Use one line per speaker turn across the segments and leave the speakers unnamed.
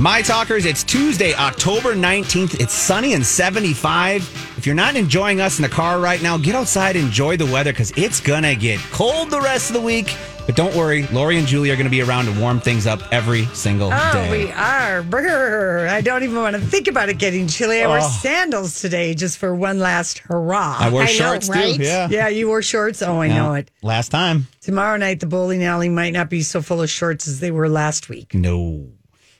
My Talkers, it's Tuesday, October 19th. It's sunny and 75. If you're not enjoying us in the car right now, get outside, enjoy the weather because it's going to get cold the rest of the week. But don't worry, Lori and Julie are going to be around to warm things up every single
Oh,
day.
we are. Brr. I don't even want to think about it getting chilly. I wore
Oh.
sandals today just for one last hurrah.
I wore
I know,
shorts
right?
too. Yeah.
yeah, you wore shorts. Oh, I
Yeah.
know it.
Last time.
Tomorrow night, the bowling alley might not be so full of shorts as they were last week.
No.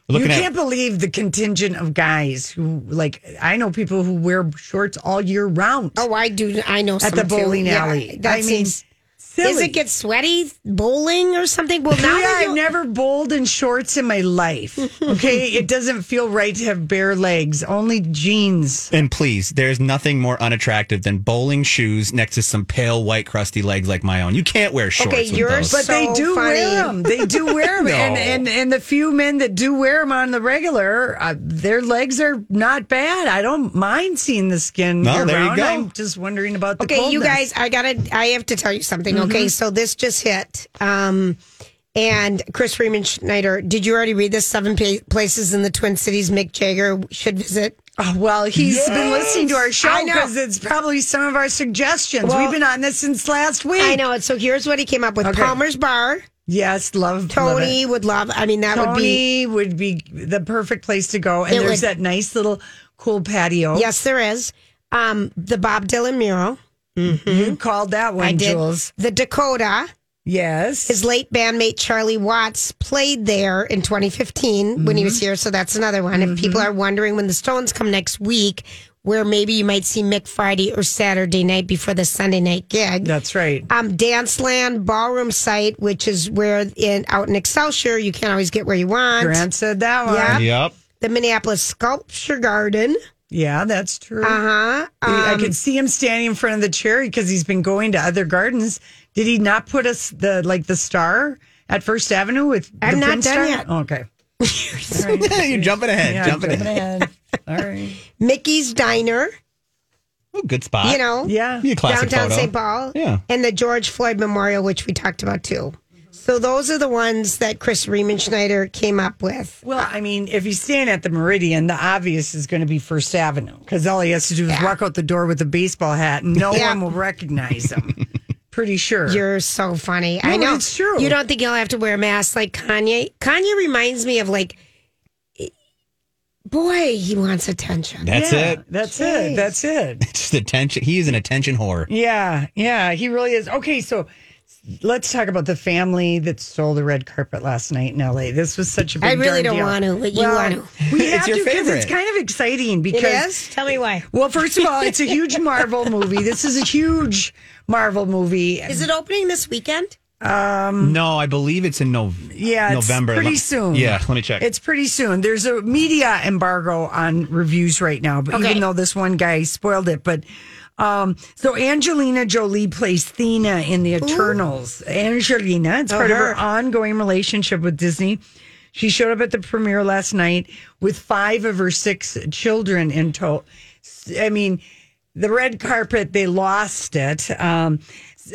We're
you
looking at
can't believe the contingent of guys who, like, I know people who wear shorts all year round
Oh, I do. I know
at
some
the
too.
bowling
Yeah,
alley.
that
I mean,
seems.
silly.
Does it get sweaty bowling or something? Well, now
yeah,
that
I've
you-
never bowled in shorts in my life. Okay, it doesn't feel right to have bare legs, only jeans.
And please, there's nothing more unattractive than bowling shoes next to some pale, white, crusty legs like my own. You can't wear shorts.
Okay,
with
yours-
those.
But they
So
do
funny.
wear them. They do wear them, and,
No.
and and the few men that do wear them on the regular, uh, their legs are not bad. I don't mind seeing the skin.
No, there you
around.
go.
I'm just wondering about the
Okay, you
coldness.
guys, I gotta, I have to tell you something.
Mm-hmm.
Okay, so this just hit. Um, and Chris Freeman Schneider, did you already read this? Seven pa- places in the Twin Cities Mick Jagger should visit.
Oh, well, he's been listening to our show
I know.
because it's probably some of our suggestions. We've been on this since last week.
I know it. So here's what he came up with:
Okay.
Palmer's Bar.
Yes, love love it.
Tony would love. I mean, that would be.
Tony would be, the perfect place to go. And
It
there's
would-
that nice little cool patio.
Yes, there is. Um, the Bob Dylan mural.
You called that one,
I did.
Jules.
The Dakota.
Yes.
His late bandmate Charlie Watts played there in 2015 when he
Mm-hmm.
was here, so that's another one. If people are wondering when the Stones come next week, where maybe you might see Mick Friday or Saturday night before the Sunday night gig.
That's right.
Um, Danceland Ballroom site, which is where in out in Excelsior, you can't always get where you want.
Grant said that one.
Yeah.
Yep.
The Minneapolis Sculpture Garden.
Yeah, that's true.
Uh huh.
I could see him standing in front of the cherry because he's been going to other gardens. Did he not put us the like the star at First Avenue with
I'm
the
not
Prince
done
star?
yet.
Oh, okay.
You're jumping ahead.
Yeah,
jumping
jumping
ahead.
ahead. All right.
Mickey's Diner.
Ooh, good spot.
You know.
Yeah.
Be a classic
downtown
photo.
St. Paul.
Yeah.
And the George Floyd Memorial, which we talked about too. So those are the ones that Chris Riemann Schneider came up with.
Well, I mean, if he's staying at the Meridian, the obvious is going to be First Avenue because all he has to do is walk out the door with a baseball hat and no
Yeah.
one will recognize him. Pretty sure.
You're so funny. I
No,
know.
it's true.
You don't think you'll have to wear a mask like Kanye? Kanye reminds me of like, boy, he wants attention.
That's
Yeah,
it.
That's
Jeez.
it. That's it.
Just attention. He is an attention whore.
Yeah, yeah, he really is. Okay, so let's talk about the family that stole the red carpet last night in LA. This was such a big
I really
darn
don't
deal.
want to, but you want to.
We
It's
have
your
to because
favorite.
it's kind of exciting because
Tell me why.
well, first of all, it's a huge Marvel movie. This is a huge Marvel movie.
Is it opening this weekend?
Mm-hmm. No, I believe it's in Nov-
Yeah, it's
November.
pretty
Let-
soon.
Yeah, let me check.
It's pretty soon. There's a media embargo on reviews right now, but
Okay.
even though this one guy spoiled it, but um, so Angelina Jolie plays Thena in the Eternals. Angelina, it's part of her ongoing relationship with Disney. She showed up at the premiere last night with five of her six children in tow. I mean, the red carpet, they lost it. Um,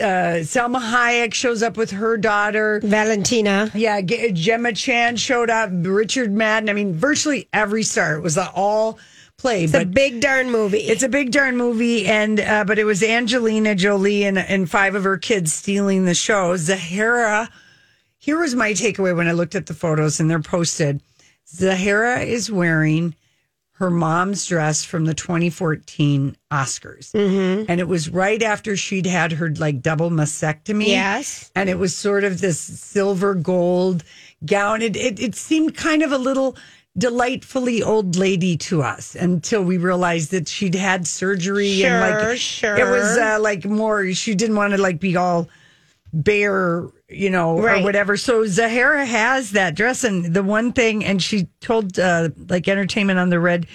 uh, Selma Hayek shows up with her daughter.
Valentina.
Yeah, G- Gemma Chan showed up, Richard Madden. I mean, virtually every star. It was a all play.
It's a
but
big darn movie.
it's a big darn movie, and uh, but it was Angelina Jolie and and five of her kids stealing the show. Zahara. Here was my takeaway when I looked at the photos and they're posted. Zahara is wearing her mom's dress from the 2014 Oscars.
Mm-hmm.
And it was right after she'd had her like double mastectomy.
Yes.
And it was sort of this silver gold gown. It, it, it seemed kind of a little delightfully old lady to us until we realized that she'd had surgery and like
Sure,
it was
sure.
uh, like more she didn't want to like be all bare, you know,
Right.
or whatever. So Zahara has that dress, and the one thing, and she told uh, like Entertainment on the Red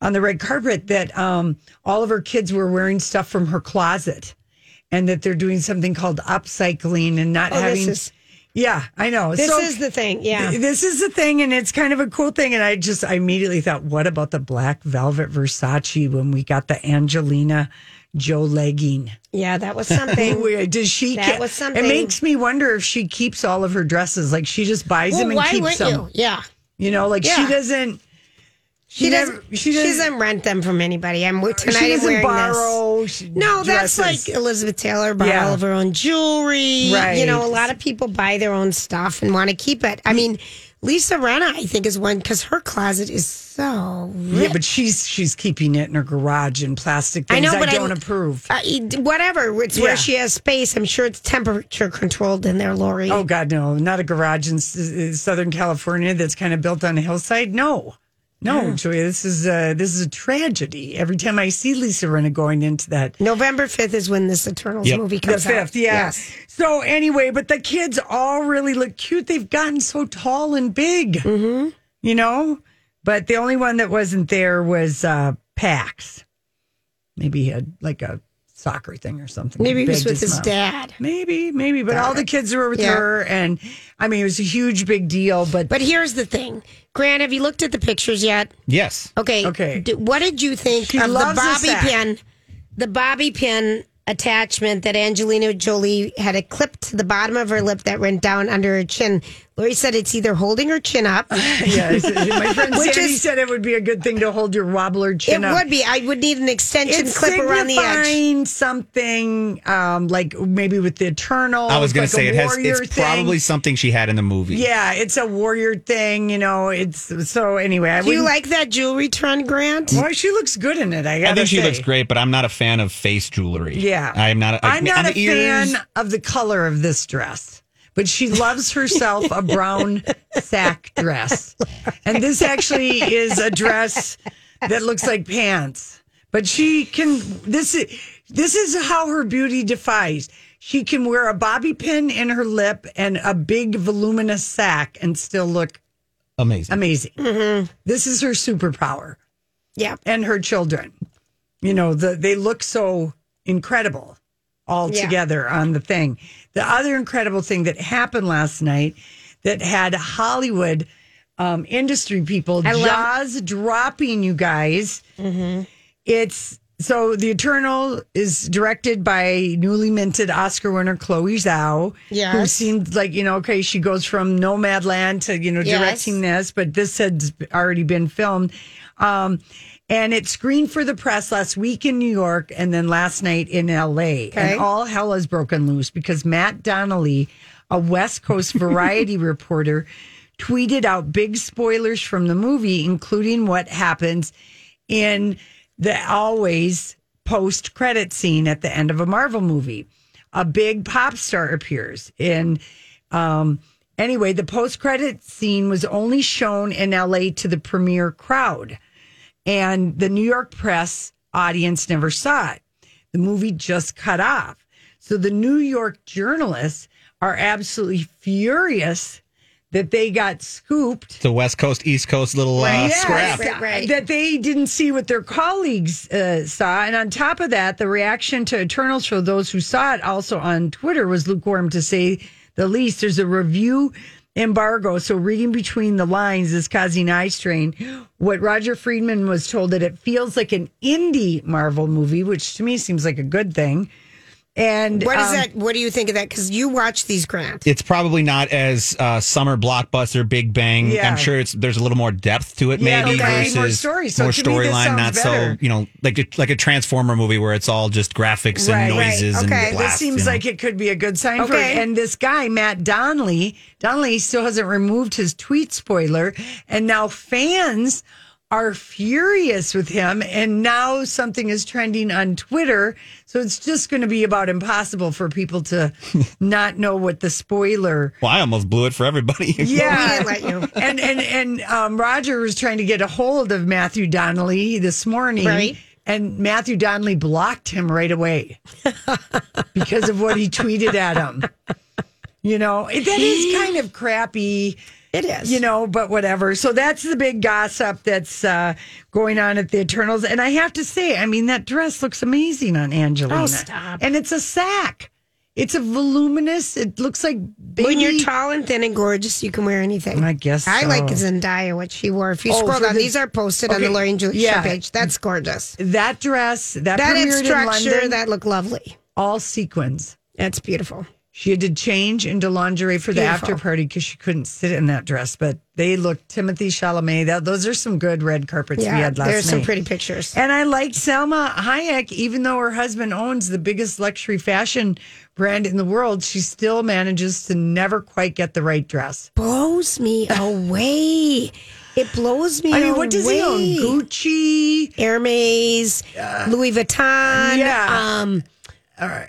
on the red carpet that um, all of her kids were wearing stuff from her closet, and that they're doing something called upcycling and not
Oh, this
having.
is-
yeah, I know.
This
So-
is the thing. Yeah.
this is the thing, and it's kind of a cool thing. And I just I immediately thought, what about the black velvet Versace when we got the Angelina Joe legging?
Yeah, that was something.
Where does she?
That
ke-
was something.
It makes me wonder if she keeps all of her dresses. Like she just buys them
well,
and
why
keeps
would
them.
you? Yeah.
You know, like she
Yeah.
doesn't.
She, doesn't,
never-
she doesn't. rent them from anybody. I'm tonight.
She
I'm
doesn't
wearing this.
borrow.
No, that's
dresses.
like Elizabeth Taylor bought
Yeah.
all of her own jewelry. You know,
Right.
a lot of people buy their own stuff and want to keep it. I mean, Lisa Renna, I think, is one because her closet is so rich.
Yeah, but she's she's keeping it in her garage in plastic
I
things.
know, but I-
don't approve.
Uh, it- whatever, it's
Yeah.
where she has space. I'm sure it's temperature controlled in there, Lori.
Oh God, no! Not a garage in S- uh, Southern California that's kind of built on a hillside. No, no, Julia, this is uh, this is a tragedy. Every time I see Lisa Renna going into that
November 5th is when this Eternals
Yep.
movie
the
comes out.
fifth, yeah. So anyway, but the kids all really look cute. They've gotten so tall and big, mm-hmm. you know. But the only one that wasn't there was uh, Pax. Maybe he had like a soccer thing or something.
Maybe he was
Begged
with his
mom.
dad.
Maybe, maybe, but all the kids were with
Yeah.
her, and I mean, it was a huge, big deal. But
But here's the thing. Grant, have you looked at the pictures yet?
Yes.
Okay.
Okay.
D- what did you think
She
of the
loves a
bobby
sack.
pin? The bobby pin attachment that Angelina Jolie had a clip to the bottom of her lip that went down under her chin. Lori said it's either holding her chin up.
yeah, it's- my friend
Which
Sandy
is-
said it would be a good thing to hold your wobbler
it
chin up.
would be. I would need an extension
It's
clip around the edge.
signifying something um, like maybe with the eternal.
I was going
like
to say
a
it has.
warrior
It's
thing.
probably something she had in the movie.
yeah, it's a warrior thing. You know, it's so anyway. I
Do you
wouldn't-
like that jewelry trend, Grant?
Well, she looks good in it. I, gotta
I think she
say.
looks great, but I'm not a fan of face jewelry.
Yeah,
I am not. A, I,
I'm not
and
a
the ears,
fan of the color of this dress, but she loves herself a brown sack dress, and this actually is a dress that looks like pants. But she can. This is this is how her beauty defies. She can wear a bobby pin in her lip and a big voluminous sack and still look
Amazing.
amazing. This is her superpower
Yeah.
and her children. You know, the, they look so incredible all
Yeah.
together on the thing. The other incredible thing that happened last night that had Hollywood um, industry people
I love- Mm-hmm.
jaws dropping, you guys. It's so The Eternal is directed by newly minted Oscar winner Chloe Zhao, who
Yes.
seemed like, you know, okay, she goes from Nomadland to, you know,
Yes.
directing this, but this had already been filmed. Um, and it screened for the press last week in New York and then last night in LA.
Okay.
And all hell has broken loose because Matt Donnelly, a West Coast variety reporter, tweeted out big spoilers from the movie, including what happens in the always post credit scene at the end of a Marvel movie. A big pop star appears. And um, anyway, the post credit scene was only shown in LA to the premiere crowd, and the New York press audience never saw it. The movie just cut off. So the New York journalists are absolutely furious that they got scooped
The West Coast, East Coast little uh,
Right. Yes.
scrap.
Right, right.
that they didn't see what their colleagues uh, saw. And on top of that, the reaction to Eternals for those who saw it also on Twitter was lukewarm to say the least. There's a review embargo. So reading between the lines is causing eye strain. What Roger Friedman was told that it feels like an indie Marvel movie, which to me seems like a good thing. And
What is
um,
that? What do you think of that? Because you watch these grants.
It's probably not as uh, summer blockbuster, Big Bang.
Yeah.
I'm sure it's there's a little more depth to it,
Yeah,
maybe
okay.
versus
More stories. So
more
to me, this
storyline.
sounds
Not so
better.
you know like like a Transformer movie where it's all just graphics and
Right, right.
noises
Okay,
and
this
blast,
This seems
you know.
like it could be a good sign for
Okay.
it. And this guy, Matt Donnelly, Donnelly still hasn't removed his tweet spoiler. And now fans are furious with him. And now something is trending on Twitter. So it's just going to be about impossible for people to not know what the spoiler
Well, I almost blew it for everybody.
yeah,
We didn't let
and and and um, Roger was trying to get a hold of Matthew Donnelly this morning,
Right.
and Matthew Donnelly blocked him right away because of what he tweeted at him. You know, it- that is kind of crappy.
It is.
You know, but whatever. So that's the big gossip that's uh, going on at the Eternals. And I have to say, I mean, that dress looks amazing on Angelina.
Oh, stop.
And it's a sack. It's a voluminous. It looks like baby.
When you're tall and thin and gorgeous, you can wear anything.
I guess
I like
so.
Zendaya, what she wore. If you
Oh,
scroll
for
down,
the-
these are posted on the
Okay,
Lori and Julia
yeah.
page. That's gorgeous.
that dress that,
That
premiered
and
in
structure,
London,
that look lovely.
all sequins.
That's beautiful.
She had to change into lingerie for the
Beautiful.
after party because she couldn't sit in that dress. But they looked Timothy Chalamet. That those are some good red carpets we
Yeah,
had last
there's some
night.
pretty pictures.
and I like Selma Hayek, even though her husband owns the biggest luxury fashion brand in the world, she still manages to never quite get the right dress.
blows me away. It blows me
I mean, what does he own?
away.
Gucci.
Hermes, Louis Vuitton.
Yeah.
Um,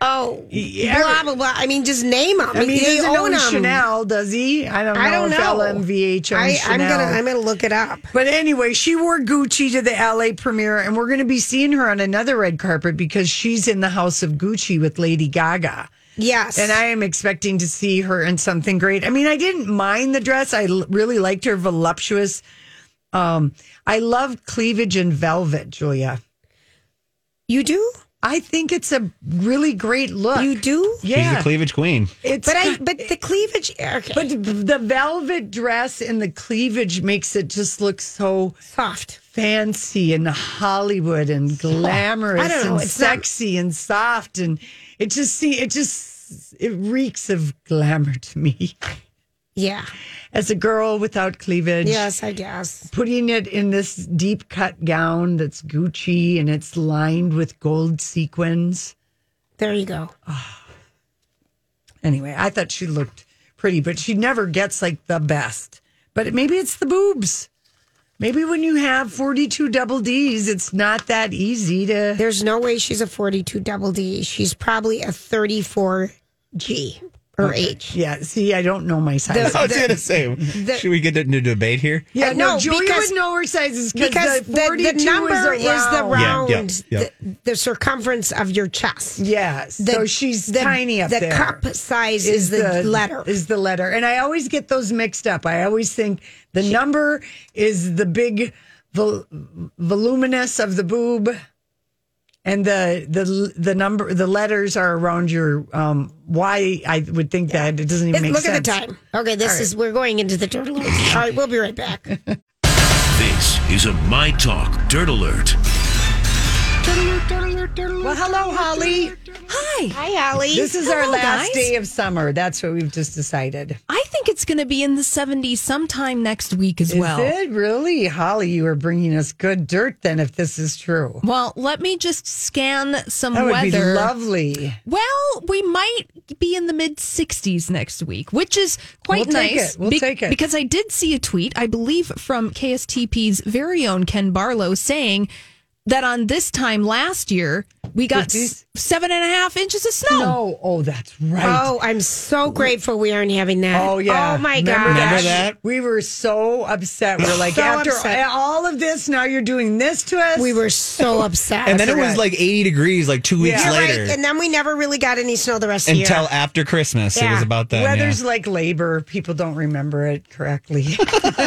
Oh,
Yeah.
blah blah blah. I mean, just name them.
I mean, he
they
doesn't
own
own
'em.
Chanel, does he? I don't know.
I don't
if
know.
LMVH owns
I, I'm
Chanel.
gonna I'm gonna look it up.
But anyway, she wore Gucci to the LA premiere, and we're going to be seeing her on another red carpet because she's in the house of Gucci with Lady Gaga.
Yes,
And I am expecting to see her in something great. I mean, I didn't mind the dress, I l- really liked her voluptuous. Um, I love cleavage and velvet, Julia.
you do
I think it's a really great look.
you do.
She's
Yeah.
the cleavage queen.
it's
But I but the cleavage. Okay,
but the velvet dress and the cleavage makes it just look so
soft.
fancy and Hollywood and glamorous
I don't know,
and
it's not-
sexy and soft and it just see it just it reeks of glamour to me
Yeah.
as a girl without cleavage.
Yes, I guess.
Putting it in this deep cut gown that's Gucci and it's lined with gold sequins.
There you go.
Anyway, I thought she looked pretty, but she never gets like the best. But maybe it's the boobs. Maybe when you have 42 double D's, it's not that easy to.
There's no way she's a 42 double D. She's probably a 34 G or H.
Yeah, see, I don't know my size.
I was gonna say, should we get into debate here?
Yeah,
Uh,
no,
no,
Julia
because-
would know her sizes
Because
because the, 42
the, the number is,
is, around.
the round,
Yeah, yeah, yeah.
The, the circumference of your chest.
Yes,
The,
so she's
the,
tiny up
the
there.
cup size is, the, letter.
is the letter, and I always get those mixed up. I always think the number is the big vol- voluminous of the boob, and the the the number the letters are around your um. Why I would think that it doesn't even
It-
make
look
sense.
at the time. Okay, this is we're going into the turtle. All right, we'll be right back.
This is a My Talk Dirt Alert.
Well, hello, Holly.
Hi.
Hi, Allie.
This is our
Hello,
last
guys.
day of summer. That's what we've just decided.
I think it's going to be in the 70s sometime next week as
Is
well.
it really, Holly? You are bringing us good dirt then, if this is true.
Well, let me just scan some
That would be
weather.
lovely.
Well, we might be in the mid 60s next week, which is quite
We'll take
nice.
it. We'll take it.
Because I did see a tweet, I believe, from KSTP's very own Ken Barlow saying that on this time last year, we got
Fifties?
s- seven and a half inches of snow.
No, oh, that's right.
Oh, I'm so grateful we aren't having that.
Oh, yeah.
Oh my
Remember
gosh.
Remember that?
We were so upset. We are like,
So
after
upset.
all of this, now you're doing this to us.
We were so upset.
And then it was like 80 degrees like two weeks
Yeah.
You're
later
right. And then we never really got any snow the rest of the year.
until after Christmas. It
Yeah.
was about that.
Weather's like labor. People don't remember it correctly.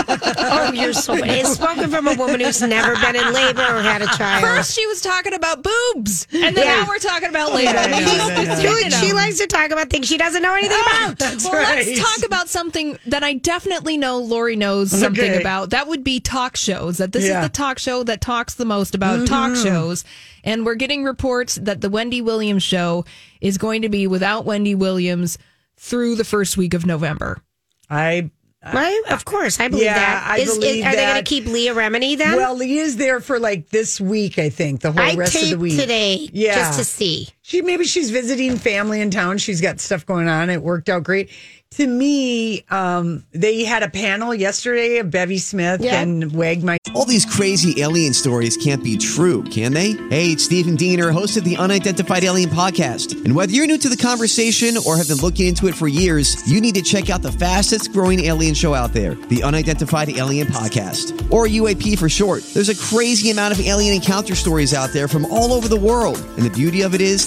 Oh, you're so It's spoken from a woman who's never been in labor or had a child.
First, she was talking about boobs, and then
Yeah.
now we're talking about later.
I know, I know.
She, she likes to talk about things she doesn't know anything about.
well, let's talk about something that I definitely know Lori knows something
Okay.
about. That would be talk shows. That this
Yeah. Mm-hmm.
is the talk show that talks the most about talk shows. And we're getting reports that the Wendy Williams show is going to be without Wendy Williams through the first week of November.
I
Right? Of course, I believe
Yeah,
that.
I believe
Are they
that.
going to keep Leah Remini then?
well, Lee is there for like this week. I think the whole
I
rest of the
taped
week
today
Yeah,
just to see.
She maybe she's visiting family in town. She's got stuff going on. It worked out great. To me, um, they had a panel yesterday of Bevy Smith
Yeah.
and Wagmeister.
All these crazy alien stories can't be true, can they? Hey, it's Stephen Diener, host of the Unidentified Alien Podcast. And whether you're new to the conversation or have been looking into it for years, you need to check out the fastest growing alien show out there, the Unidentified Alien Podcast, or UAP for short. There's a crazy amount of alien encounter stories out there from all over the world. And the beauty of it is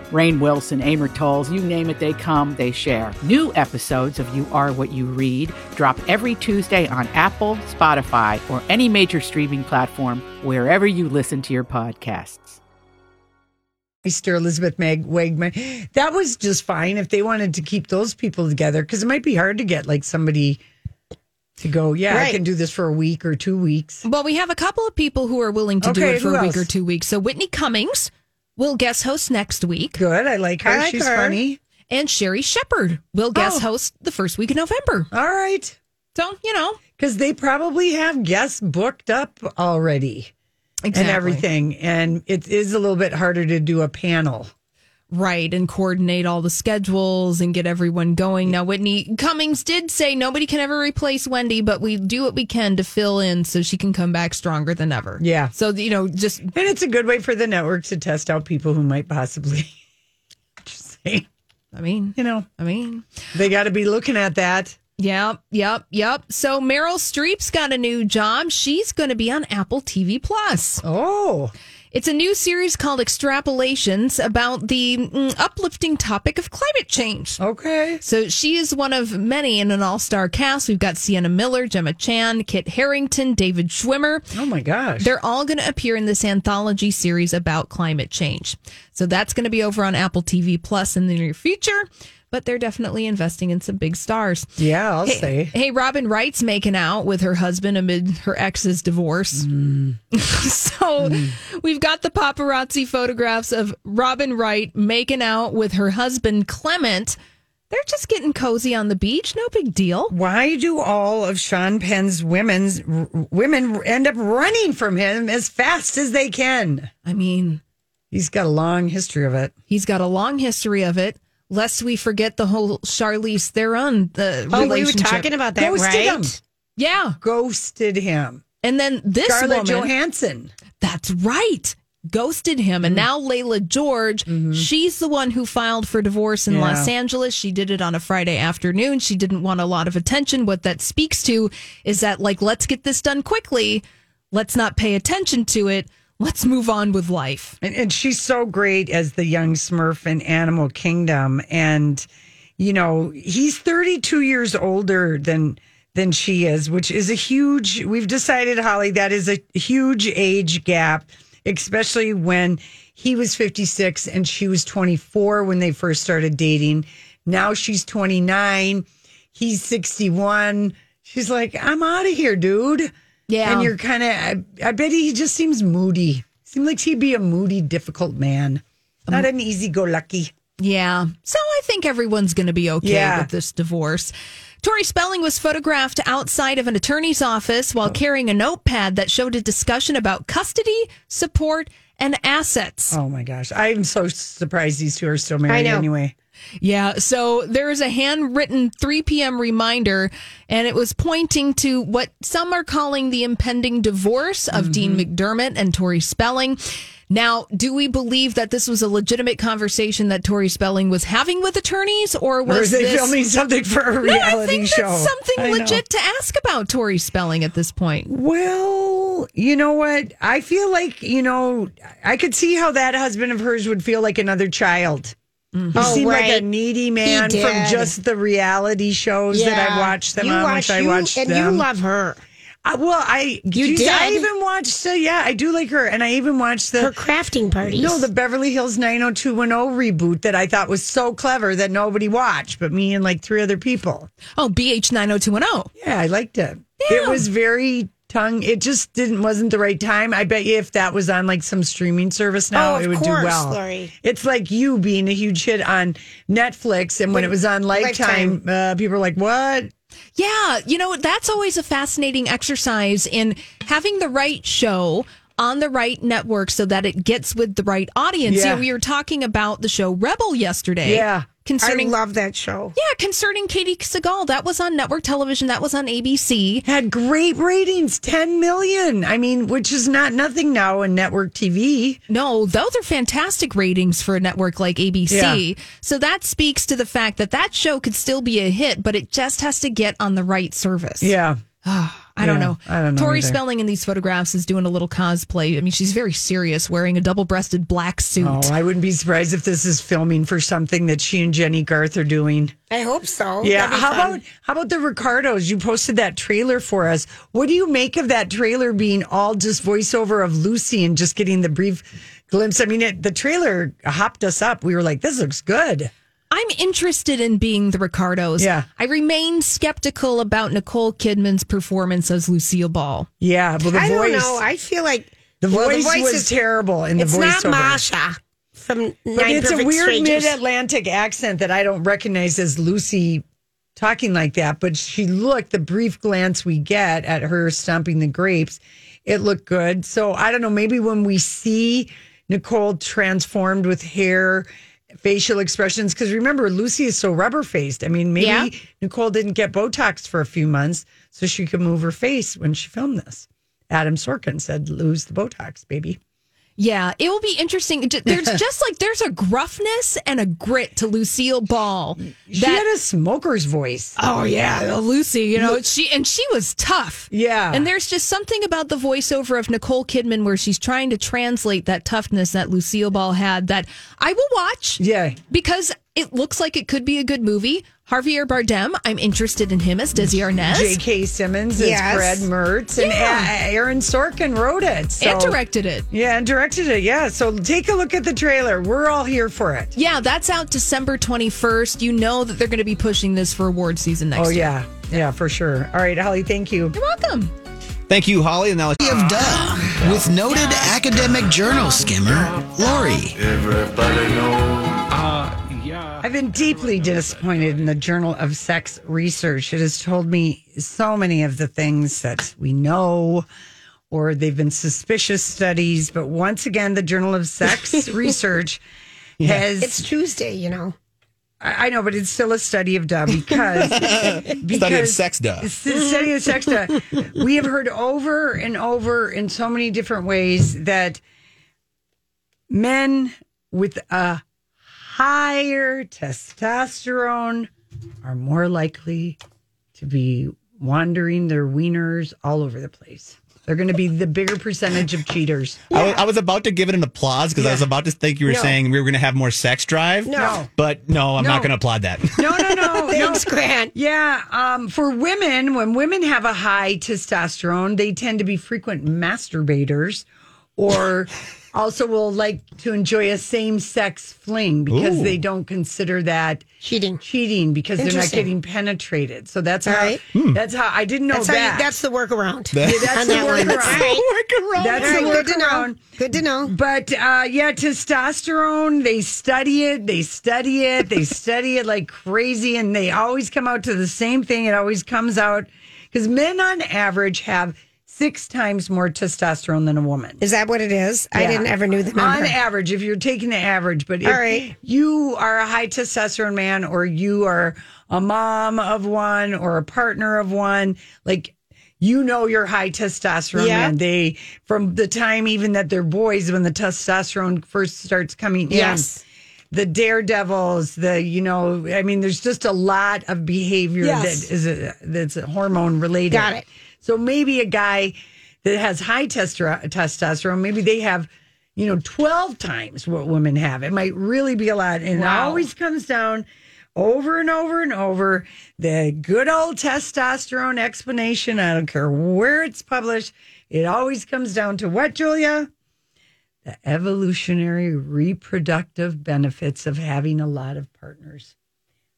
Rain Wilson, Amor Tolls, you name it, they come, they share. New episodes of You Are What You Read drop every Tuesday on Apple, Spotify, or any major streaming platform wherever you listen to your podcasts.
Elizabeth Meg Wegmeister. That was just fine if they wanted to keep those people together because it might be hard to get like somebody to go. Yeah, I
Right.
can do this for a week or two weeks.
Well, we have a couple of people who are willing to do
Okay,
it for
who
a
else?
week or two weeks. So Whitney Cummings will guest host next week,
Good. I like her.
I like
She's
her.
funny.
and Sherry Shepard will guest
Oh.
host the first week of November.
All right.
So you know
Because they probably have guests booked up already and everything. And it is a little bit harder to do a panel.
Right, and coordinate all the schedules and get everyone going. Now, Whitney Cummings did say nobody can ever replace Wendy, but we do what we can to fill in so she can come back stronger than ever.
Yeah.
So, you know, just
And it's a good way for the network to test out people who might possibly just say,
I mean,
you know,
I mean,
they got to be looking at that.
yep, yep, yep. So, Meryl Streep's got a new job. She's going to be on Apple TV Plus.
Oh,
It's a new series called Extrapolations about the mm, uplifting topic of climate change.
okay.
So she is one of many in an all star cast. We've got Sienna Miller, Gemma Chan, Kit Harrington, David Schwimmer.
Oh my gosh.
They're all going to appear in this anthology series about climate change. So that's going to be over on Apple TV Plus in the near future, but they're definitely investing in some big stars.
yeah, I'll
Hey,
say.
hey, Robin Wright's making out with her husband amid her ex's divorce.
Mm.
so we've got the paparazzi photographs of Robin Wright making out with her husband Clement. They're just getting cozy on the beach. No big deal.
Why do all of Sean Penn's women's r- women end up running from him as fast as they can?
I mean,
He's got a long history of it.
he's got a long history of it. Lest we forget the whole Charlize Theron the
Oh, we were
relationship.
talking about that,
Ghosted
right?
him.
yeah,
Ghosted him.
and then this
Scarlett
woman.
Johansson.
That's right. Ghosted him.
Mm-hmm.
And now Layla George, she's the one who filed for divorce in
Yeah.
Los Angeles. She did it on a Friday afternoon. She didn't want a lot of attention. What that speaks to is that, like, let's get this done quickly. Let's not pay attention to it. Let's move on with life.
And, and she's so great as the young Smurf in Animal Kingdom. And, you know, he's 32 years older than than she is, which is a huge we've decided, Holly, that is a huge age gap, especially when he was 56 and she was 24 when they first started dating. Now she's 29, he's 61. She's like, I'm out of here, dude.
Yeah.
And you're kind of, I, I bet he just seems moody. Seems like he'd be a moody, difficult man. Not an easy go lucky.
Yeah. So I think everyone's going to be okay
Yeah.
with this divorce. Tori Spelling was photographed outside of an attorney's office
Oh.
while carrying a notepad that showed a discussion about custody, support, and assets.
Oh my gosh. I'm so surprised these two are still married
know.
anyway.
Yeah, so there is a handwritten 3 p.m. reminder, and it was pointing to what some are calling the impending divorce of
Mm-hmm.
Dean McDermott and Tori Spelling. Now, do we believe that this was a legitimate conversation that Tori Spelling was having with attorneys, or was
Or is they
this
filming something for a
No,
reality
I think
show?
that's something
I know.
legit to ask about Tori Spelling at this point.
Well, you know what? I feel like, you know, I could see how that husband of hers would feel like another child. He
Oh,
seemed like
right.
a needy man from
did.
just the reality shows that I watched them
you
on,
watch,
which I
you,
watched
and
them.
you love her.
I- well, I
You
geez, I
did.
even watched. Uh, yeah, I do like her, and I even watched the
Her crafting parties.
no the Beverly Hills 90210 reboot that I thought was so clever that nobody watched, but me and like three other people.
Oh, BH 90210.
Yeah, I liked it. It was very tongue. It just didn't wasn't the right time. I bet you if that was on like some streaming service now,
Oh, of
it would
course,
do well.
Lori.
It's like you being a huge hit on Netflix, and when it was on Lifetime, Uh, people were like, "What?"
Yeah, you know, that's always a fascinating exercise in having the right show on the right network so that it gets with the right audience.
Yeah.
You know, we were talking about the show Rebel yesterday.
Yeah.
I
Concerning
love that show.
Yeah, concerning Katie Seagal. That was on network television, that was on ABC.
Had great ratings, ten million. I mean, which is not nothing now in network TV.
No, those are fantastic ratings for a network like ABC. So that speaks to the fact that that show could still be a hit, but it just has to get on the right service.
Yeah,
I don't
Yeah,
know.
I don't know
Tori
either.
Spelling in these photographs is doing a little cosplay. I mean, she's very serious, wearing a double-breasted black suit.
oh, I wouldn't be surprised if this is filming for something that she and Jenny Garth are doing.
I hope so.
Yeah.
That'd be
How
fun.
about how about the Ricardos? You posted that trailer for us. What do you make of that trailer being all just voiceover of Lucy and just getting the brief glimpse? I mean, it, the trailer hopped us up. We were like, "This looks good."
I'm interested in being the Ricardos.
Yeah.
I remain skeptical about Nicole Kidman's performance as Lucille Ball.
Yeah. Well, the
I
voice,
don't know. I feel like
the,
well,
voice was terrible in the
it's
voiceover.
not Masha from
But
Nine
it's a
Perfect
weird
Strangers.
mid-Atlantic accent that I don't recognize as Lucy talking like that. But she looked the brief glance we get at her stomping the grapes. It looked good. So I don't know. Maybe when we see Nicole transformed with hair, facial expressions, because remember Lucy is so rubber faced. I mean, maybe
Yeah.
Nicole didn't get Botox for a few months so she could move her face when she filmed this. Adam Sorkin said, "Lose the Botox, baby."
Yeah, it will be interesting. J- There's just like there's a gruffness and a grit to Lucille Ball.
she had a smoker's voice.
Oh yeah, Lucy. You know she and she was tough.
Yeah.
and there's just something about the voiceover of Nicole Kidman where she's trying to translate that toughness that Lucille Ball had. That I will watch.
Yeah.
because it looks like it could be a good movie. Javier Bardem, I'm interested in him as Desi Arnaz.
J.K. Simmons is
Yes.
Fred Mertz, and
Yeah.
A- Aaron Sorkin wrote it. So.
and directed it.
Yeah, and directed it. Yeah. So take a look at the trailer. We're all here for it.
Yeah, that's out December 21st. You know that they're going to be pushing this for award season next
Oh,
year.
yeah. Yeah, for sure. All right, Holly, thank you.
You're welcome.
Thank you, Holly. And now
of Duh with noted academic journal skimmer Lori.
I've been deeply disappointed in the Journal of Sex Research. It has told me so many of the things that we know, or they've been suspicious studies. But once again, the Journal of Sex Research has
It's Tuesday, you know.
I I know, but it's still a study of duh because, because
sex duh.
It's the study of sex duh. We have heard over and over in so many different ways that men with a higher testosterone are more likely to be wandering their wieners all over the place. They're going to be the bigger percentage of cheaters.
I, was, I was about to give it an applause because I was about to think you were saying we were going to have more sex drive.
No.
But no, I'm
No.
not going to applaud that.
No, no, no. no.
Thanks, Grant.
Yeah, um, for women, when women have a high testosterone, they tend to be frequent masturbators, or also will like to enjoy a same-sex fling because
Ooh.
they don't consider that
Cheating.
cheating because they're not
Interesting.
getting penetrated. So that's how.
right.
That's how I didn't know
That's, how
that.
you, that's the workaround.
Oh, that's
on
the
that one.
workaround.
All right.
That's the
All right, good to know.
workaround.
Good to know.
But uh, yeah, testosterone, they study it, they study it, they study it like crazy, and they always come out to the same thing. It always comes out because men on average have six times more testosterone than a woman.
Is that what it is? I
Yeah.
didn't ever knew the
On
number.
average, if you're taking the average, but if
All right.
you are a high testosterone man or you are a mom of one or a partner of one, like you know you're high testosterone
Yeah.
man. They from the time even that they're boys when the testosterone first starts coming in.
Yes.
The daredevils, the you know, I mean, there's just a lot of behavior
Yes.
that is a, that's hormone related.
Got it.
So maybe a guy that has high testo- testosterone, maybe they have, you know, 12 times what women have. It might really be a lot. And it always comes down over and over and over. The good old testosterone explanation, I don't care where it's published, it always comes down to what, Julia? The evolutionary reproductive benefits of having a lot of partners.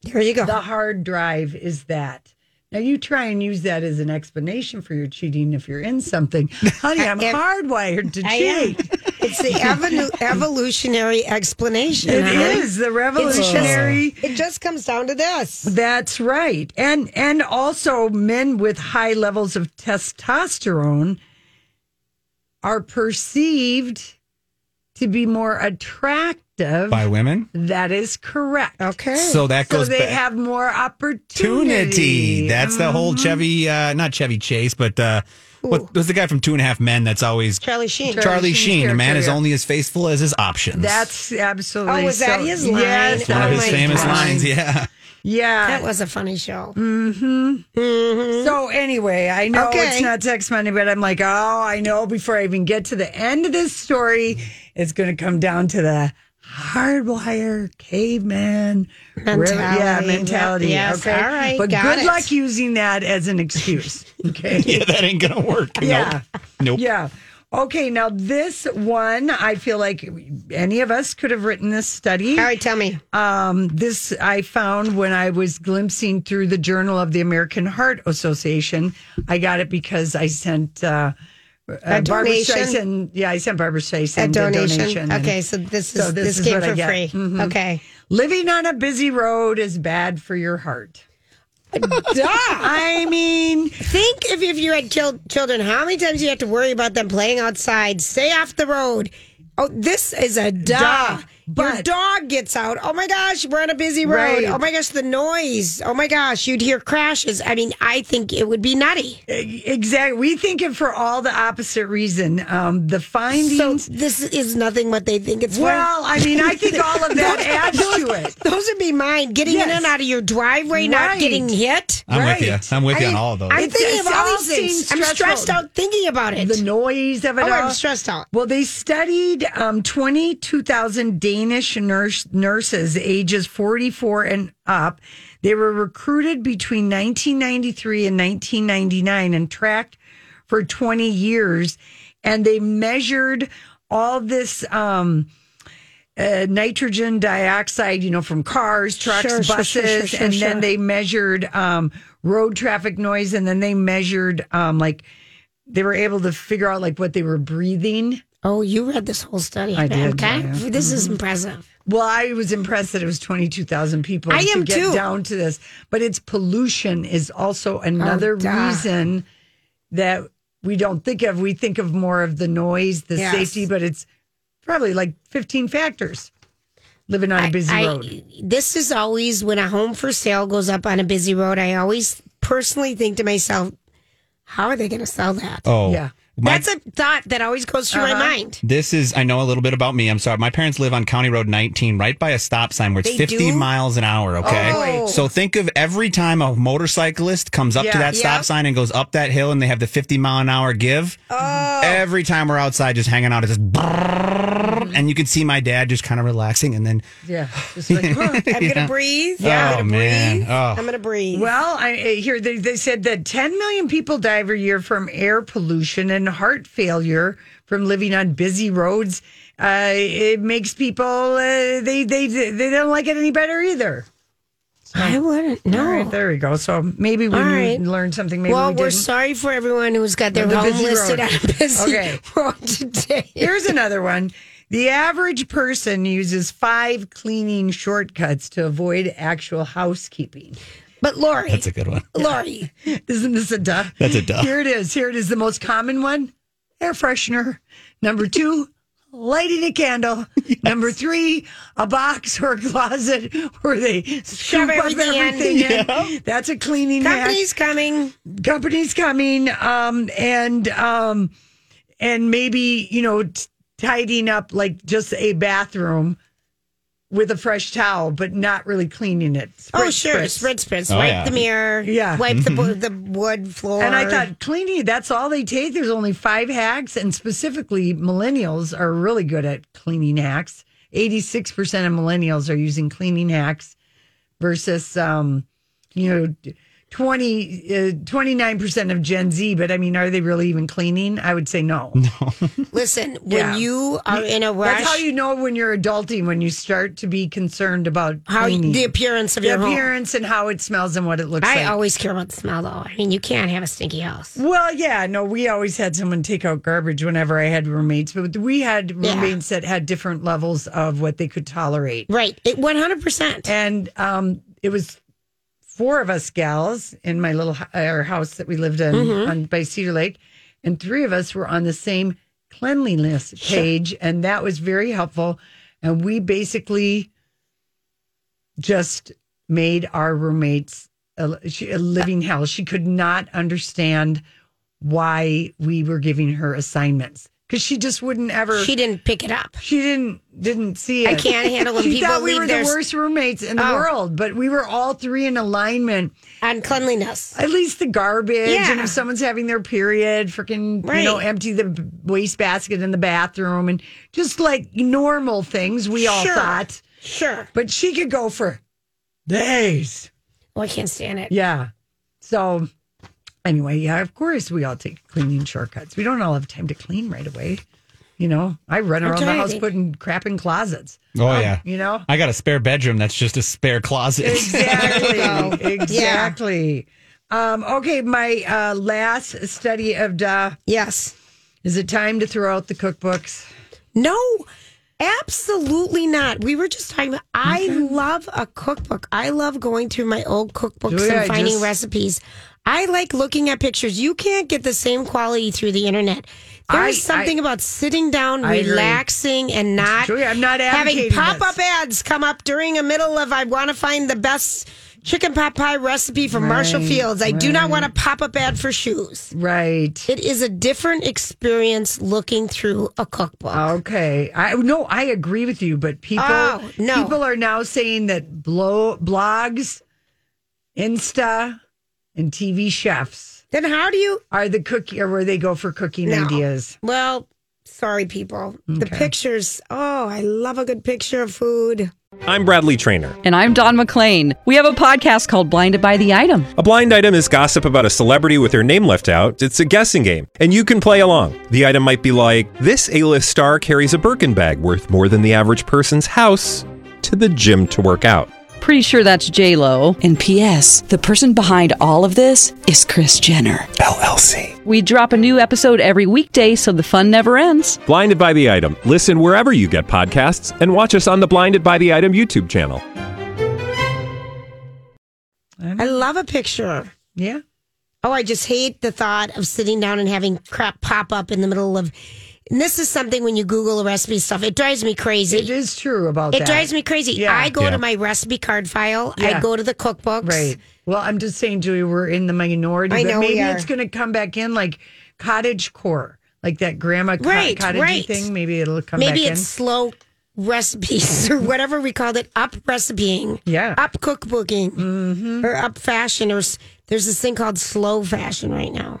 There you go.
The hard drive is that. Now you try and use that as an explanation for your cheating if you're in something. Honey, I'm
am-
hardwired to
I am.
cheat.
It's the evolu- evolutionary explanation.
It
huh?
is the revolutionary.
It just comes down to this.
That's right. And and also men with high levels of testosterone are perceived to be more attractive.
by women.
that is correct.
Okay.
So that
So
goes
they
back.
have more opportunity.
Opportunity. That's the whole Chevy, uh, not Chevy Chase, but uh, what was the guy from Two and a Half Men that's always
Charlie Sheen.
Charlie Sheen? A man
character,
is
yeah.
only as faithful as his options.
That's absolutely.
Oh, was that
so-
his line?
Yes,
It's one of
Oh
his
my
famous
gosh.
lines. Yeah.
Yeah.
That was a funny show.
Mm-hmm. So anyway, I know
Okay.
it's not text money, but I'm like, oh, I know. Before I even get to the end of this story, it's going to come down to the hardwire caveman re- yeah
Mentality.
mentality.
Yes,
okay,
all right,
but
got
good
it.
luck using that as an excuse. Okay.
Yeah, that ain't going to work.
Yeah.
Nope. Nope.
Yeah. Okay, now this one, I feel like any of us could have written this study.
All right, tell me.
Um, this I found when I was glimpsing through the Journal of the American Heart Association. I got it because I sent uh, uh, Barbara
donation?
Streisand. Yeah, I sent Barbara Streisand
A
a
donation.
donation.
Okay,
And
so this is
So this
this,
is
came
what I
for
get.
free.
Mhm.
Okay.
living on a busy road is bad for your heart. I mean,
Think if, if you had chil- children, how many times you have to worry about them playing outside? Stay off the road. Oh, this is a duh.
Duh,
Your
but-
dog gets out. Oh my gosh, we're on a busy road.
Right.
Oh my gosh, the noise. Oh my gosh, you'd hear crashes. I mean, I think it would be nutty.
exactly. We think it for all the opposite reason. Um, the
So
findings.
this is nothing what they think it's for.
well, I mean, I think all of that adds to it.
Those would be mine. Getting in
Yes.
and out of your driveway, not
Right.
getting hit.
I'm with
Right.
you. I'm with you on
mean,
all of those.
I'm
It's-
thinking
it's
of all
all
these things.
seems
I'm
stressful.
stressed out thinking about it.
the noise of it
Oh,
all.
I'm stressed out.
Well, they studied um, 22,000 Danish nurse, nurses ages 44 and up. They were recruited between 1993 and 1999 and tracked for 20 years. And they measured all this um, uh, nitrogen dioxide, you know, from cars, trucks,
Sure, sure,
buses.
sure, sure, sure,
and
sure.
then they measured um, road traffic noise. And then they measured um, like, they were able to figure out like what they were breathing.
Oh, you read this whole study.
I did,
Okay.
yeah. Mm-hmm.
This is impressive.
Well, I was impressed that it was 22,000 people
I
to
am
get
too.
down to this. But it's pollution is also another
Oh, duh.
reason that we don't think of. We think of more of the noise, the
Yes.
safety, but it's probably like 15 factors living on a busy
I-
road.
This is always when a home for sale goes up on a busy road. I always personally think to myself, how are they going to sell that?
oh.
Yeah.
My-
That's a thought that always goes through
Uh-huh.
my mind.
This is, I know a little bit about me. I'm sorry. My parents live on County Road 19, right by a stop sign where it's
They
50
do?
miles an hour, okay?
Oh.
So think of every time a motorcyclist comes up to
Yeah.
that stop
Yeah.
sign and goes up that hill and they have the 50 mile an hour give.
Oh.
Every time we're outside just hanging out, it's just, brrrr, and you can see my dad just kind of relaxing and then,
Yeah. Just like, huh.
I'm going to breathe.
Yeah.
I'm
Oh,
going to
man.
breathe.
Oh.
I'm going to breathe.
Well, I, I- here they, they said that 10 million people die every year from air pollution and heart failure from living on busy roads. Uh, it makes people uh, they they they don't like it any better either.
I wouldn't. No.
All right, there we go. So maybe we
All right.
learned something. Maybe
well,
we
we are
didn't.
sorry for everyone who's got their
The
home
busy
listed
road.
on a busy
Okay.
road today.
Here's another one. The average person uses five cleaning shortcuts to avoid actual housekeeping.
But Lori,
That's a good one.
Lori,
Isn't this a duh?
That's a duh.
Here it is. Here it is. The most common one air freshener. Number two, lighting a candle. Number three, a box or a closet where they shove up
everything in.
everything in. That's a cleaning hack.
company's coming.
Companies coming um and um and maybe you know t- tidying up like just a bathroom with a fresh towel but not really cleaning it
Oh,
Spritz,
sure.
spritz.
Spritz, spritz.
Oh,
wipe
yeah. Mm-hmm.
the mirror.
Yeah.
Wipe the bo- the wood floor.
And I thought cleaning, that's all they take. There's only five hacks, and specifically millennials are really good at cleaning hacks. 86% of millennials are using cleaning hacks versus, um, you know, 20, uh, 29% of Gen Z. But I mean, are they really even cleaning? I would say no.
listen, when
Yeah.
you are in a rush,
That's how you know when you're adulting, when you start to be concerned about
how
cleaning.
the appearance of
The
your home.
appearance and how it smells and what it looks
I
like.
always care about the smell, though. I mean, you can't have a stinky house.
Well, yeah, no, we always had someone take out garbage whenever I had roommates, but we had roommates that had different levels of what they could tolerate.
Right. It 100%.
And um, it was four of us gals in my little hu- our house that we lived in on, by Cedar Lake, and three of us were on the same cleanliness page, and that was very helpful. And we basically just made our roommates a, she, a living hell. She could not understand why we were giving her assignments because she just wouldn't ever.
She
She,
didn't pick it up.
didn't didn't see it.
I can't handle when
She
people
thought we
leave
were
their
the worst roommates in the
Oh.
world, but we were all three in alignment.
on cleanliness.
At least the garbage, and
Yeah.
if someone's having their period, freaking you know,
Right.
empty the wastebasket in the bathroom, and just like normal things we all
Sure.
thought.
Sure.
But she could go for days.
Oh, I can't stand it.
Yeah. So anyway, yeah, of course we all take cleaning shortcuts. We don't all have time to clean right away. You know, I run around the
trying to
house
think.
putting crap in closets. Um,
Oh, yeah.
You know.
I got a spare bedroom that's just a spare closet.
Exactly. exactly. Um, okay, my uh, last study of duh.
Yes.
Is it time to throw out the cookbooks?
No, absolutely not. We were just talking about, I love a cookbook. I love going through my old cookbooks
Do
and
I
finding
just-
recipes. I like looking at pictures. You can't get the same quality through the internet.
I-
There's something
I-
about sitting down,
I agree.
relaxing, and not
Julia, I'm not
having
advocating
pop up
this.
ads come up during the middle of I want to find the best chicken pot pie recipe from Marshall Fields. I do not want a pop up ad for shoes.
Right.
It is a different experience looking through a cookbook.
Okay. I no, I agree with you, but people
Oh, no.
people are now saying that blow, blogs, Insta, and TV chefs
Then how do you
are the cookie or where they go for cooking
No.
ideas.
Well, sorry, people. The pictures. Oh, I love a good picture of food.
I'm Bradley Trainer.
And I'm Don McClain. We have a podcast called Blinded by the Item.
A blind item is gossip about a celebrity with their name left out. It's a guessing game, and you can play along. The item might be like this: A-list star carries a Birkin bag worth more than the average person's house to the gym to work out.
Pretty sure that's J Lo. And P.S. The person behind all of this is Chris Jenner.
LLC.
We drop a new episode every weekday, so the fun never ends.
Blinded by the item. Listen wherever you get podcasts, and watch us on the Blinded by the Item YouTube channel.
I
Mm-hmm.
love a picture.
Yeah.
Oh, I just hate the thought of sitting down and having crap pop up in the middle of. And this is something when you Google a recipe stuff, it drives me crazy.
It is true about
It
that.
drives me crazy.
Yeah.
I go
Yeah.
to my recipe card file.
Yeah.
I go to the cookbooks.
Right. Well, I'm just saying, Julia, we're in the minority.
I
but
know we
maybe
are.
it's going to come back in like cottage core, like that grandma co-
Right,
cottagey
right.
thing. Maybe it'll come
Maybe
back
it's slow recipes or whatever we called it, up recipeing,
Yeah. Mm-hmm.
up cookbooking, or up fashion. Or s- there's this thing called slow fashion right now.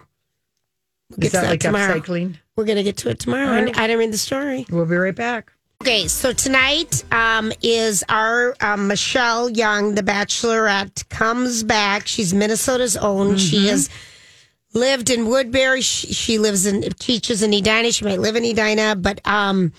We'll
in. Is
get to
that like
tomorrow.
upcycling?
We're gonna get to it tomorrow.
All
and
right.
I didn't read the story.
We'll be right back.
Okay, so tonight um, is our um, Michelle Young, the Bachelorette, comes back. She's Minnesota's own.
Mm-hmm.
She has lived in Woodbury. She, she lives in teaches in Edina. She might live in Edina, but um,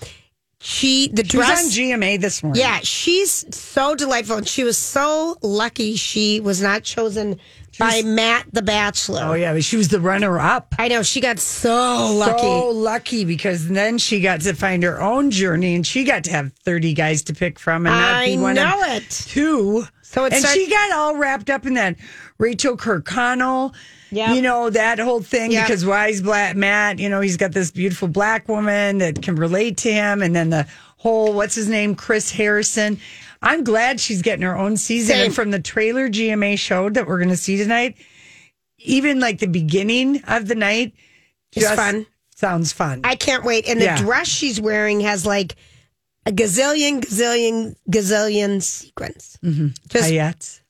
she the
She was
dress.
on GMA this morning.
Yeah, she's so delightful, and she was so lucky she was not chosen by Matt the Bachelor.
Oh yeah, but she was the runner up.
I know she got so lucky.
So lucky because then she got to find her own journey and she got to have 30 guys to pick from and not
I
be one
know
of
it.
two.
So it
and
start-
she got all wrapped up in that Rachel Kirkconnell,
Yep.
you know, that whole thing
Yep.
because why is black Matt, you know, he's got this beautiful black woman that can relate to him and then the whole what's his name, Chris Harrison. I'm glad she's getting her own season.
Same.
And from the trailer GMA showed that we're going to see tonight, even like the beginning of the night,
It's fun.
Sounds fun.
I can't wait. And the
Yeah.
dress she's wearing has like a gazillion, gazillion, gazillion sequins. Just
Hayats.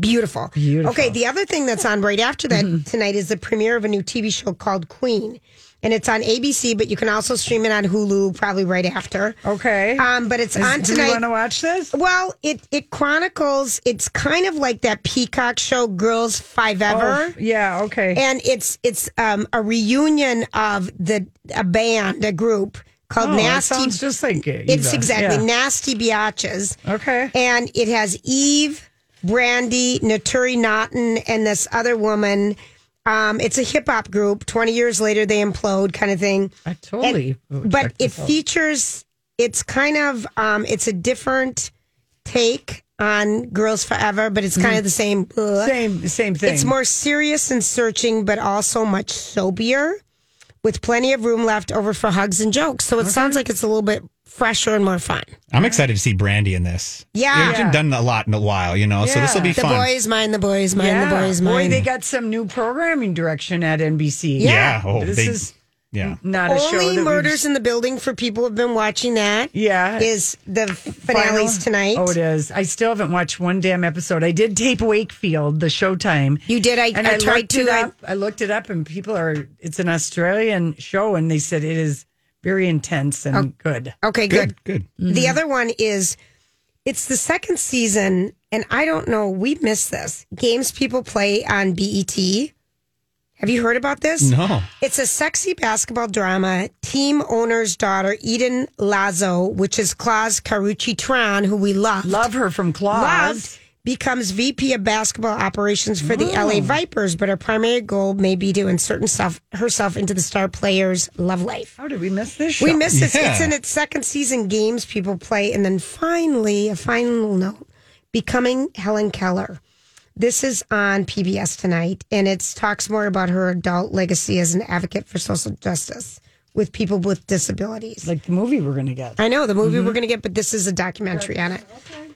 beautiful.
Beautiful. Mm-hmm.
Okay, the other thing that's on right after that tonight is the premiere of a new TV show called Queen. And it's on ABC, but you can also stream it on Hulu probably right after.
Okay.
Um, but it's
Is-
on
do you
tonight.
want to watch this?
well, it, it chronicles, it's kind of like that Peacock show, Girls Five Ever
Oh, yeah. Okay.
and it's it's um, a reunion of the a band, a group called
Oh, that
Nasty.
sounds just like Eva.
it's exactly
Yeah.
Nasty Biatches.
Okay.
and it has Eve, Brandy, Naturi Naughton, and this other woman. Um, it's a hip hop group. Twenty years later, they implode, kind of thing.
I
And-
totally. would
but
check
it
this out.
features. It's kind of um, it's a different take on Girls Forever, but it's kind
Mm-hmm.
of the same. uh,
same same thing.
it's more serious and searching, but also much sobier, with plenty of room left over for hugs and jokes. So it sounds like it's a little bit fresher and more fun.
I'm excited to see Brandy in this.
Yeah.
We haven't done a lot in a while, you know, so this will be
The
fun.
boy is mine. The boy is mine.
Yeah.
The boy is
Boy,
mine.
they got some new programming direction at NBC.
yeah. Oh,
this
they,
is
yeah.
not a show.
Only
that we've-
murders in the building for people who've been watching that.
Yeah.
is the finales tonight.
Oh, it is. I still haven't watched one damn episode. I did tape Wakefield, the Showtime.
You did. I,
and
I,
I,
tried
looked it
to. I,
up. I, looked it up, and people are. It's an Australian show, and they said it is very intense
Oh.
and good.
okay, good.
Good, good.
The other one is it's the second season, and I don't know. We missed this games people play on BET. Have you heard about this?
No.
It's a sexy basketball drama. Team owner's daughter Eden Lazo, which is Claus Carucci Tran, who we love,
Love her from Claws.
becomes VP of basketball operations for the LA Vipers, but her primary goal may be to insert herself, herself into the star players' love life.
How did we miss this? Show?
We missed this.
Yeah.
It's in its second season. Games people play, and then finally, a final note: becoming Helen Keller. This is on PBS tonight, and it talks more about her adult legacy as an advocate for social justice with people with disabilities.
like the movie we're gonna get.
I know the movie
Mm-hmm.
we're going to get, but this is a documentary on it.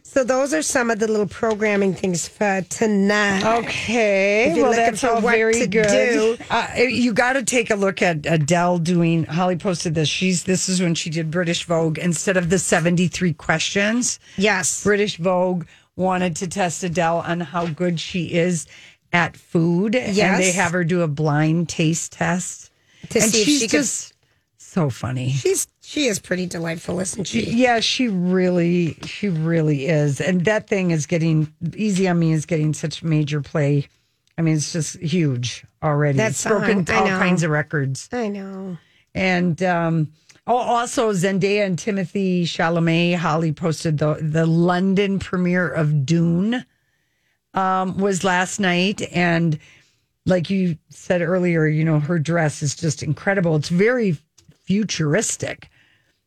So those are some of the little programming things for tonight.
Okay,
If you're
well
looking
that's
for
all
what
very
to
good.
do.
Uh, you got to take a look at Adele doing. Holly posted this. She's this is when she did British Vogue instead of the seventy three questions.
Yes.
British Vogue wanted to test Adele on how good she is at food.
Yes.
And they have her do a blind taste test.
To
and
see if
she's
she could-
just so funny.
She's she is pretty delightful, isn't she?
Yeah, she really, she really is. And that thing is getting easy on me is getting such major play. I mean, it's just huge already.
That
That's broken
song, I
all
know.
kinds of records.
I know.
And um, oh, also Zendaya and Timothy Chalamet. Holly posted the the London premiere of Dune um, was last night, and like you said earlier, you know her dress is just incredible. It's very futuristic,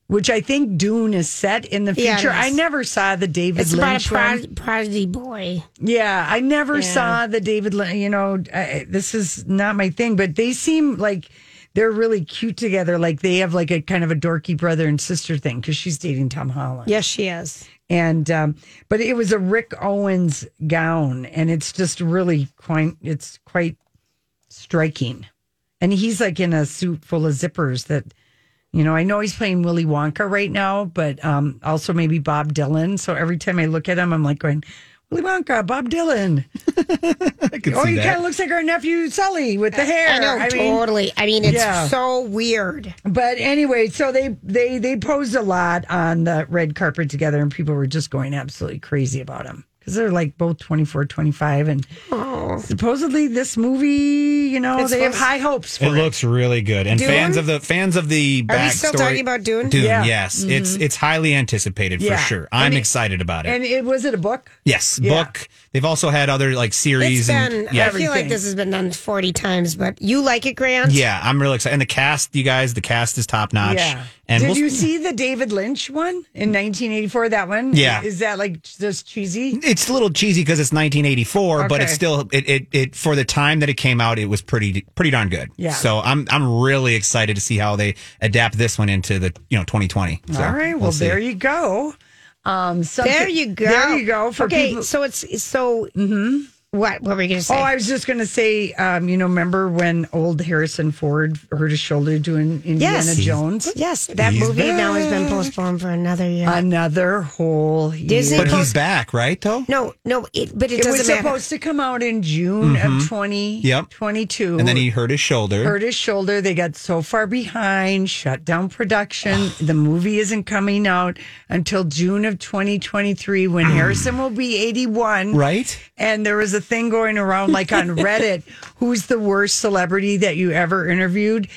which I think Dune is set in the
Yeah, it
future. I
is.
never saw the David
It's about
Lynch
a
one.
prod- prodigy boy.
Yeah, I never saw the David. Lin- You know, I, this is not my thing, but they seem like they're really cute together. Like they have like a kind of a dorky brother and sister thing because she's dating Tom Holland.
Yes, she is.
And um, but it was a Rick Owens gown, and it's just really quite. It's quite striking, and he's like in a suit full of zippers that. You know, I know he's playing Willy Wonka right now, but um, also maybe Bob Dylan. So every time I look at him, I'm like going, Willy Wonka, Bob Dylan.
I can
Oh,
see
he kind of
that.
looks like our nephew Sully with the hair.
I know,
mean,
totally. I mean, it's
Yeah.
so weird.
but anyway, so they they they posed a lot on the red carpet together, and people were just going absolutely crazy about him. because they're like both 24, 25. And supposedly this movie, you know,
It's
they have
supposed-
high hopes for
It
it.
looks really good, and
Dune?
fans of the fans of the
Are
backstory.
we still talking about Dune?
Dune,
Yeah. Mm-hmm.
Yes, it's it's highly anticipated
Yeah.
for sure. I'm
And it-
excited about it.
And it was it a book?
yes,
Yeah.
book. They've also had other like
It's
series
been,
and yeah,
I feel like this has been done 40 times, but you like it, Grant?
yeah. I'm really excited, and the cast, you guys, the cast is top notch.
Yeah.
And
Did
we'll-
you see the David Lynch one in 1984? That one?
Yeah.
Is that like just cheesy?
It's a little cheesy because it's 1984, but it's
Okay.
still it, it it for the time that it came out, it was pretty pretty darn good.
Yeah.
So I'm I'm really excited to see how they adapt this one into the you know 2020. So
All right. Well,
see.
there you go. Um, something-
There you go.
There you go. For
okay,
people. Mm-hmm.
so it's so. What? What were you going to say?
Oh, I was just going to say, um, you know, remember when old Harrison Ford hurt his shoulder doing Indiana
Yes.
Jones?
yes, that
He's
movie now has been
back.
postponed for another year.
Another whole year.
Disney
But
Post-
he's back, right? Though.
no, no, it, but it,
It was
doesn't matter.
supposed to come out in June of 2022.
Yep. And then he hurt his shoulder.
hurt his shoulder. They got so far behind, shut down production. the movie isn't coming out until June of 2023 when Harrison will be 81.
Right.
And there was a thing going around like on Reddit who's the worst celebrity that you ever interviewed?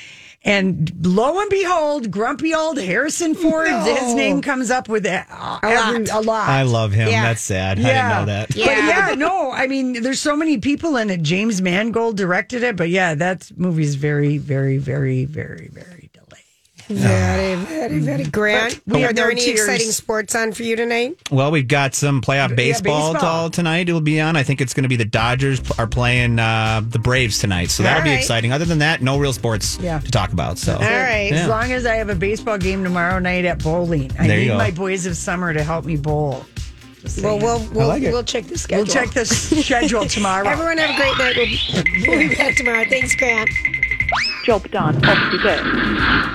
And lo and behold, grumpy old Harrison Ford, his name comes up with a, every, lot. a lot.
I love him.
Yeah.
That's sad. I didn't know that.
Yeah. But yeah, no, I mean, there's so many people in it. James Mangold directed it, but yeah, that movie's very, very, very, very, very delayed.
Very, very, very. Mm-hmm. Grant,
we
are
had
there
no
any
tears.
exciting sports on for you tonight?
Well, we've got some playoff baseball,
baseball.
to- all tonight. It'll be on. I think it's going to be the Dodgers p- are playing uh, the Braves tonight, so that'll be
right.
exciting. Other than that, no real sports
Yeah.
to talk about. So.
All right.
As long as I have a baseball game tomorrow night at bowling, I
There you
need
go.
my boys of summer to help me bowl. Just
Well,
saying.
we'll we'll,
like it.
we'll check the schedule.
we'll check the schedule tomorrow.
Everyone have a great night. We'll be, we'll be back tomorrow. Thanks, Grant.
Job done. Off you go.